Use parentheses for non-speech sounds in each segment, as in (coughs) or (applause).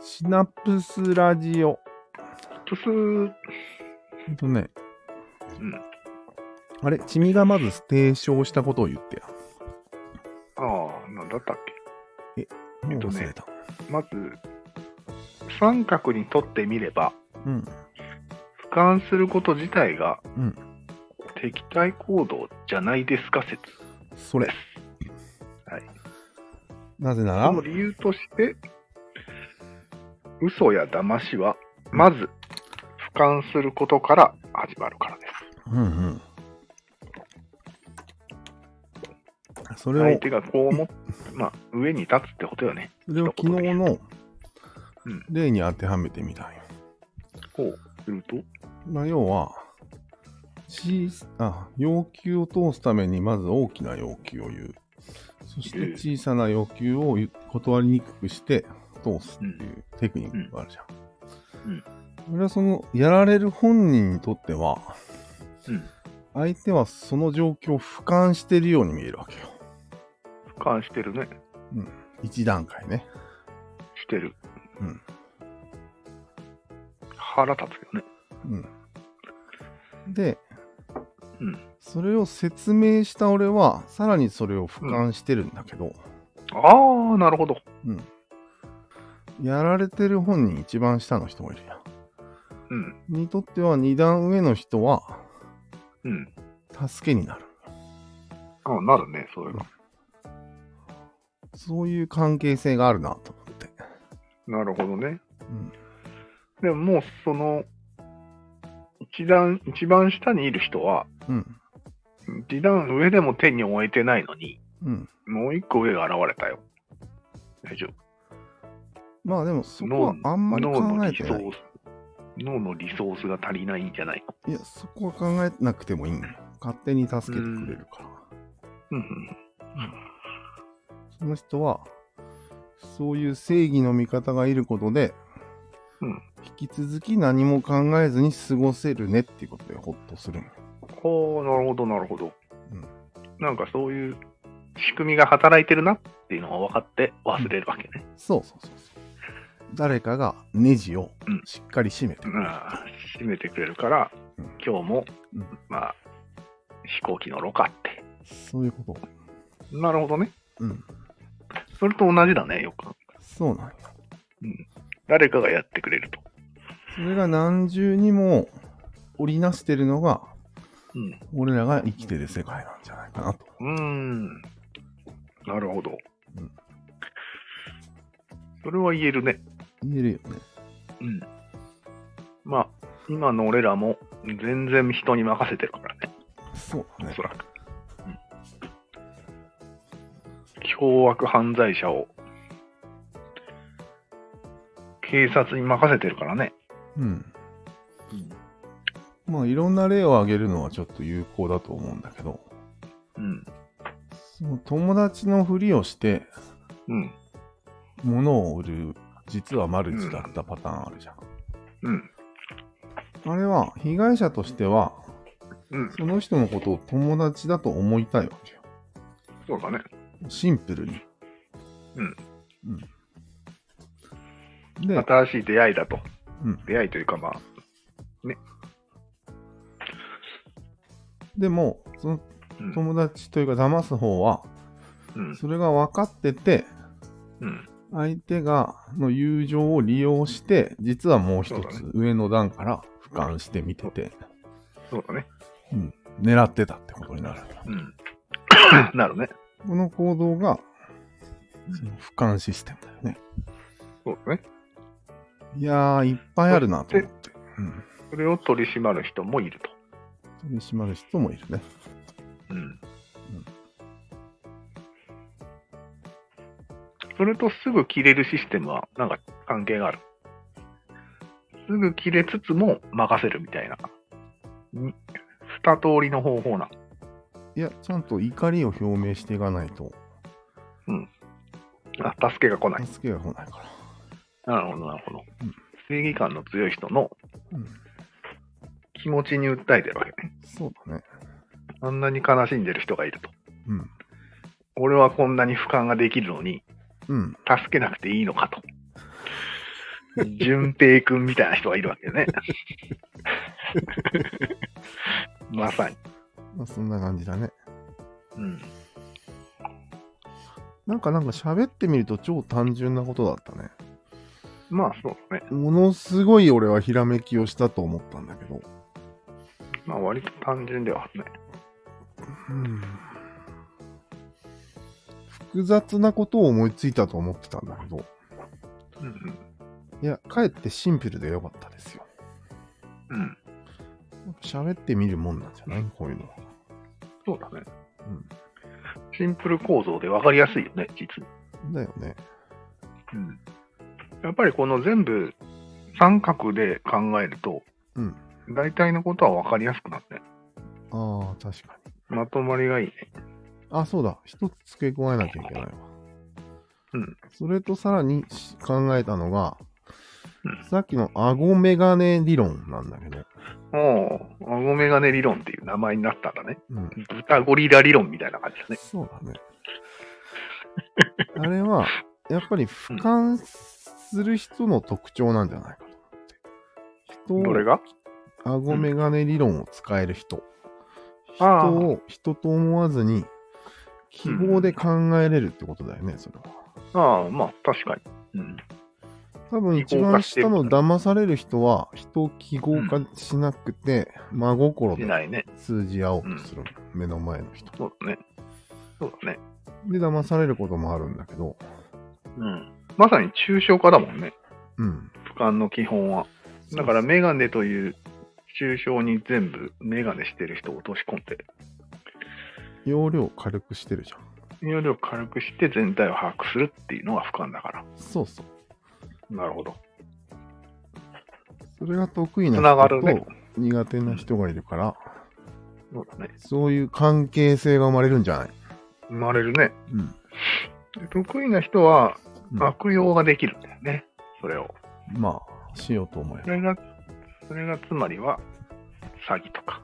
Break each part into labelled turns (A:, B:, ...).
A: シナプスラジオ。
B: トゥスー。
A: ほんとね。
B: うん
A: あれ、チミがまず提唱したことを言ってや。
B: ああ、なんだったっ
A: もう
B: っとね
A: 忘れた。
B: け。まず、三角にとってみれば、
A: うん。
B: 俯瞰すること自体が、
A: うん
B: 敵対行動じゃないですか説。
A: それ。
B: はい。
A: なぜなら
B: その、理由として、嘘や騙しは、まず、俯瞰することから始まるからです。
A: うんうん。それを、
B: 相手がこう思っ、 (laughs) まあ、上に立つってことよね。
A: それを昨日の
B: うん
A: 例に当てはめてみたんよ。
B: こうすると、
A: まあ、要は、小さあ要求を通すためにまず大きな要求を言う。そして
B: ええ
A: 小さな要求を言う断りにくくして通すっていうテクニックがあるじゃん。
B: うん
A: それはその、やられる本人にとっては、
B: うん
A: 相手はその状況を俯瞰してるように見えるわけよ。
B: 俯瞰してるね。
A: 一段階ね。
B: してる。
A: うん。
B: 腹立つよね。
A: うん、で、
B: うん
A: それを説明した俺はさらにそれを俯瞰してるんだけど、
B: ああ、なるほど。
A: うんやられてる本人一番下の人がいるや
B: うん。
A: んにとっては二段上の人は
B: うん。
A: 助けになる
B: あなるね、そういうの。
A: そういう関係性があるなと思って、
B: なるほどね。
A: うん
B: でももう、その、一段、一番下にいる人は、
A: うん
B: 一段上でも手に負えてないのに、
A: うん、
B: もう一個上が現れたよ。大丈夫。
A: まあでもそこはあんまり考えて
B: 脳の
A: ない
B: リソース。脳のリソースが足りないんじゃないの
A: いやそこは考えなくてもいいんよ勝手に助けてくれるから、
B: うんうん。
A: その人は、そういう正義の味方がいることで、
B: うん
A: 引き続き何も考えずに過ごせるねっていうことでほっとするのよ
B: ほう、なるほど、なるほど。
A: うん
B: なんかそういう仕組みが働いてるなっていうのが分かって忘れるわけね。
A: そうそうそうそう。誰かがネジを
B: うん
A: しっかり締めてくれる。
B: まあ、閉めてくれるから、
A: うん
B: 今日も、
A: うん
B: まあ、飛行機乗ろうかって。
A: そういうこと。
B: なるほどね。
A: うん。
B: それと同じだね、よく。
A: そうなんよ。
B: 誰かがやってくれると。
A: それが何重にも織りなしてるのが、
B: うん。
A: 俺らが生きてる世界なんじゃないかなと。
B: うーん。なるほど。
A: うん
B: それは言えるね。
A: 言えるよね。
B: うん。まあ、今の俺らも全然人に任せてるからね、
A: そうだ
B: お
A: ね
B: そ。らく。うん凶悪犯罪者を警察に任せてるからね。
A: うん。まあ、いろんな例を挙げるのはちょっと有効だと思うんだけど、
B: うん。
A: その友達のふりをして
B: うん。
A: 物を売る実はマルチだったパターンあるじゃん、
B: うん。
A: あれは被害者としては
B: うん。
A: その人のことを友達だと思いたいわけよ
B: そうだね。
A: シンプルに
B: うん、
A: うん、で、
B: 新しい出会いだと。
A: うん、
B: 出会いというかまあ、
A: でもその
B: うん。
A: 友達というか騙す方は
B: うん。
A: それが分かってて
B: うん。
A: 相手がの友情を利用して実はもう一
B: そうだ
A: つ上の段から俯瞰して見てて、
B: そうだね。
A: うん、狙ってたってことになる
B: うん。 (coughs) なるね。
A: この行動がその俯瞰システムだよね。
B: そうだね。
A: いやー、いっぱいあるなと思って。うん。
B: それを取り締まる人もいると。
A: 取り締まる人もいるね。
B: うん。それとすぐ切れるシステムは、なんか関係がある。すぐ切れつつも任せるみたいな。に二通りの方法な。
A: いや、ちゃんと怒りを表明していかないと、
B: あ、助けが来ない。
A: 助けが来ないから。
B: なるほど、なるほど
A: うん。
B: 正義感の強い人の
A: うん。
B: 気持ちに訴えてるわけね。
A: そうだね。
B: あんなに悲しんでる人がいると。
A: うん。
B: 俺はこんなに俯瞰ができるのに、
A: うん。
B: 助けなくていいのかと。順平くんみたいな人がいるわ
A: (laughs)
B: けね。まさに。
A: まあ、そんな感じだね。
B: うん。
A: なんかなんか喋ってみると超単純なことだったね。
B: まあ、そうですね。
A: ものすごい俺はひらめきをしたと思ったんだけど。
B: まあ、割と単純ではあるね。
A: うん複雑なことを思いついたと思ってたんだけど。
B: うん
A: いや、かえってシンプルでよかったですよ。
B: うん。うん。
A: 喋ってみるもんなんじゃないこういうのは。
B: そうだね。シンプル構造で分かりやすいよね、実に。
A: うん。だよね。
B: うん。やっぱりこの全部三角で考えると、
A: うん。
B: 大体のことは分かりやすくなって、
A: ああ、確かに。
B: まとまりがいいね。
A: あ、そうだ。一つ付け加えなきゃいけないわ。
B: うん。
A: それとさらにし考えたのが、
B: うん
A: さっきの顎メガネ理論なんだけど。
B: おう、顎メガネ理論っていう名前になったんだね。
A: うん。
B: 豚ゴリラ理論みたいな感じだね。
A: そうだね。 (laughs) あれは、やっぱり俯瞰する人の特徴なんじゃないかと思
B: ど
A: って。
B: れ
A: 人を、
B: が
A: 顎メガネ理論を使える人。人
B: あー
A: を人と思わずに、記号で考えれるってことだよね、それは。
B: ああ、まあ、確かに。うん。
A: 多分一番下の騙される人は、人を記号化しなくて、真心
B: し
A: で
B: ないね。
A: 通じ合おうとする、目の前の人。
B: そうだね。そうだね。
A: で、騙されることもあるんだけど、
B: うん。まさに抽象化だもんね。
A: うん。
B: 俯瞰の基本は。だから、メガネという抽象に全部メガネしてる人を落とし込んで、
A: 容量軽くしてるじゃん。
B: 容量を軽くして全体を把握するっていうのが俯瞰だから。
A: そうそう。
B: なるほど。
A: それが得意な
B: つなが
A: 人
B: る
A: と
B: ね
A: 苦手な人がいるから、
B: そうだね。
A: そういう関係性が生まれるんじゃない
B: 生まれるね。
A: うん。
B: で得意な人は
A: うん
B: 悪用ができるんだよね。それを。
A: まあ、しようと思え
B: そ
A: ば。
B: れが、それがつまりは、詐欺とか。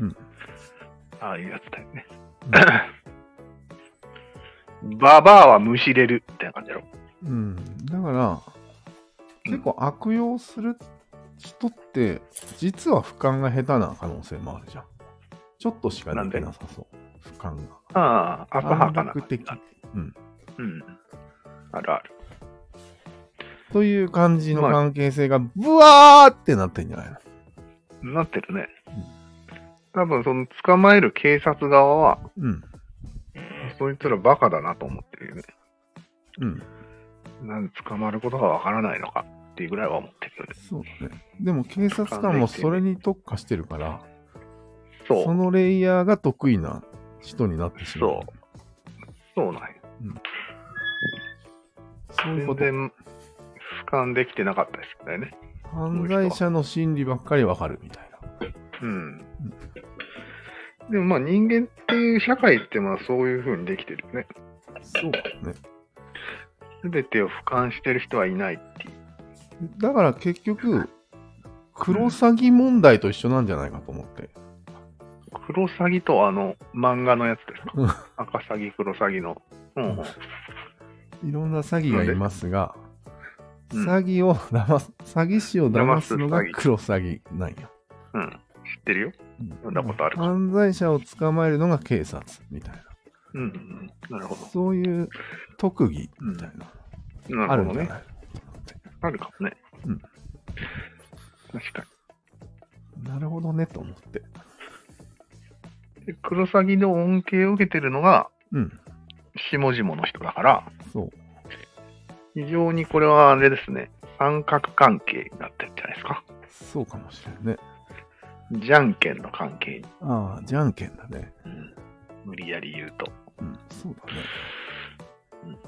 A: うん。
B: ああいうやつだよね。 (coughs) ババアはむしれるみたいな感じだろ。
A: うん。だから、結構悪用する人って、実は俯瞰が下手な可能性もあるじゃん。ちょっとしかできなさそう。俯瞰が。
B: ああ、浅はか
A: 短
B: な感
A: 絡
B: じ
A: 的
B: だ。
A: うん。
B: うん。あるある。
A: という感じの関係性が、ブワーってなってんじゃないの
B: なってるね。多分、その捕まえる警察側は、
A: うん。
B: そいつらバカだなと思ってるよね。
A: うん。
B: なんで捕まることがわからないのかっていうぐらいは思ってるよね。
A: そうだね。でも警察官もそれに特化してるから、
B: そう。
A: そのレイヤーが得意な人になってしまう。
B: そうそうなんや。
A: そういうこ
B: 全
A: と。
B: 然俯瞰できてなかったですよね。
A: 犯罪者の心理ばっかりわかるみたいな。
B: うん。でもまあ人間っていう社会ってまあそういう風にできてるよね。
A: そうだね。
B: すべてを俯瞰してる人はいないっていう。
A: だから結局、クロサギ問題と一緒なんじゃないかと思って。
B: クロサギとあの漫画のやつですか。赤サギ、クロサギの。うんうん。
A: いろんな詐欺がいますが、
B: うん
A: 詐欺を騙す、詐欺師を騙すのが
B: 騙す詐欺
A: クロサギなんよ。
B: うん。知ってるよ。読んだことある
A: 犯罪者を捕まえるのが警察みたいな。
B: うんうんうん。なるほ
A: そういう特技みたいな。
B: ど。な
A: あ
B: る
A: るん
B: ほ
A: じゃ
B: ど
A: な
B: ね。
A: い
B: あるかもね。
A: うん。
B: 確か
A: なるほどねと思って。
B: に。でクロサギの恩恵を受けてるのが
A: うん、
B: 下々の人だから、
A: そう。
B: 非常にこれはあれですね、三角関係になってるんじゃないですか。
A: そうかもしれんね。
B: じゃんけんの関係に、
A: ああ、じゃんけんだね。
B: うん無理やり言うと。
A: うん、そうだね
B: うん。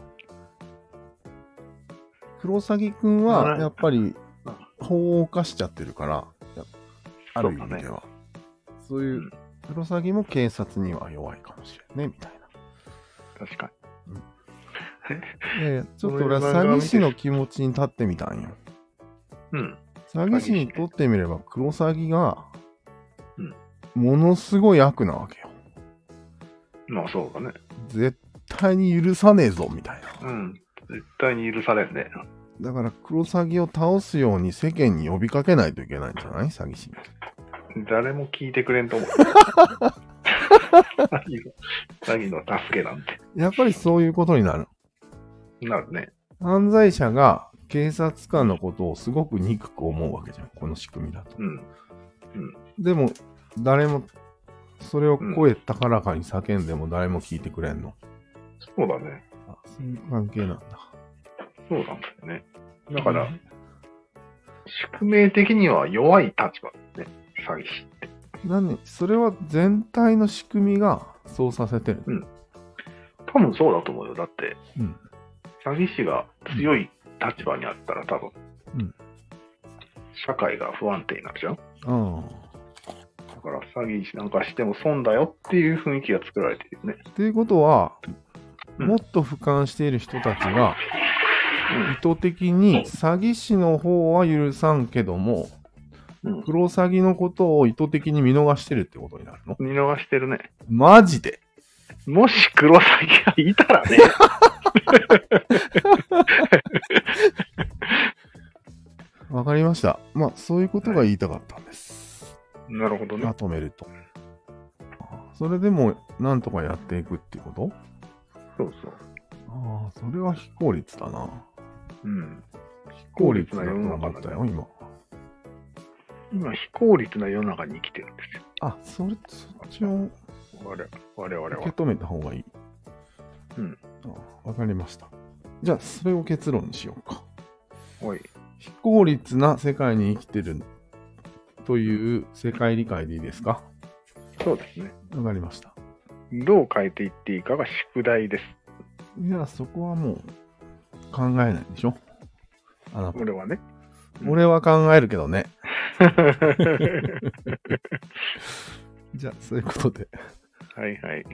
A: クロサギくん
B: は
A: は、
B: い
A: やっぱり
B: うん、、
A: 法を犯しちゃってるから、やある意味では。そういううんクロサギも警察には弱いかもしれんね、みたいな。
B: 確か
A: いやいやちょっと俺は
B: そういう漫
A: 詐
B: 画
A: 欺
B: を見て
A: 師の気持ちに立ってみたんよ。
B: に。うん。
A: 詐欺師にとってみれば、クロサギが
B: うん、
A: ものすごい悪なわけよ。
B: まあそうだね。
A: 絶対に許さねえぞ、みたいな。
B: うん。絶対に許されんね。
A: だから、クロサギを倒すように世間に呼びかけないといけないんじゃない詐欺師に。
B: 誰も聞いてくれ
A: (laughs)
B: んと思う。詐欺の、詐欺の助けなんて。
A: やっぱりそういうことになる。
B: なるね。
A: 犯罪者が警察官のことをすごく憎く思うわけじゃん。この仕組みだと。
B: うん。
A: でも、誰も、それを声高らかに叫んでも誰も聞いてくれんの。
B: そうだね。
A: あそういう関係なんだ。
B: そうなんだよね。だから、宿命的には弱い立場ですね。詐欺師。
A: 何それは全体の仕組みがそうさせてる。
B: 多分そうだと思うよ。だって、
A: うん。
B: 詐欺師が強い立場にあったら多分、
A: うん
B: 社会が不安定になるじゃん。
A: ああ。
B: だから詐欺師なんかしても損だよっていう雰囲気が作られてるよね。
A: っていうことは、
B: うん
A: もっと俯瞰している人たちが、意図的に詐欺師の方は許さんけども、
B: うん。
A: クロサギのことを意図的に見逃してるってことになるの
B: 見逃してるね。
A: マジで
B: もしクロサギがいたら
A: (laughs)
B: ね。
A: わかりました。まあ、そういうことが言いたかったんです。
B: なるほど
A: ま。とめると。それでも、なんとかやっていくっていうこと
B: そうそう。
A: ああ、それは非効率だな。
B: うん。
A: 非効率だと思ったよ、今。
B: 今、非効率な世の中に生きてるんで
A: あ、それ、そっちを
B: すよ。我々我々
A: 受け
B: は。
A: 止めた方がいい。
B: うん
A: あ。わかりました。じゃあ、それを結論にしようか。
B: おい。
A: 非効率な世界に生きてるという世界理解でいいですか
B: そうですね。
A: わかりました。
B: どう変えていっていいかが宿題です。
A: いや、そこはもう考えないでしょあの、(laughs)
B: 俺はね。
A: 俺は考えるけどね。
B: は
A: じゃあ、そういうことで。
B: いはい。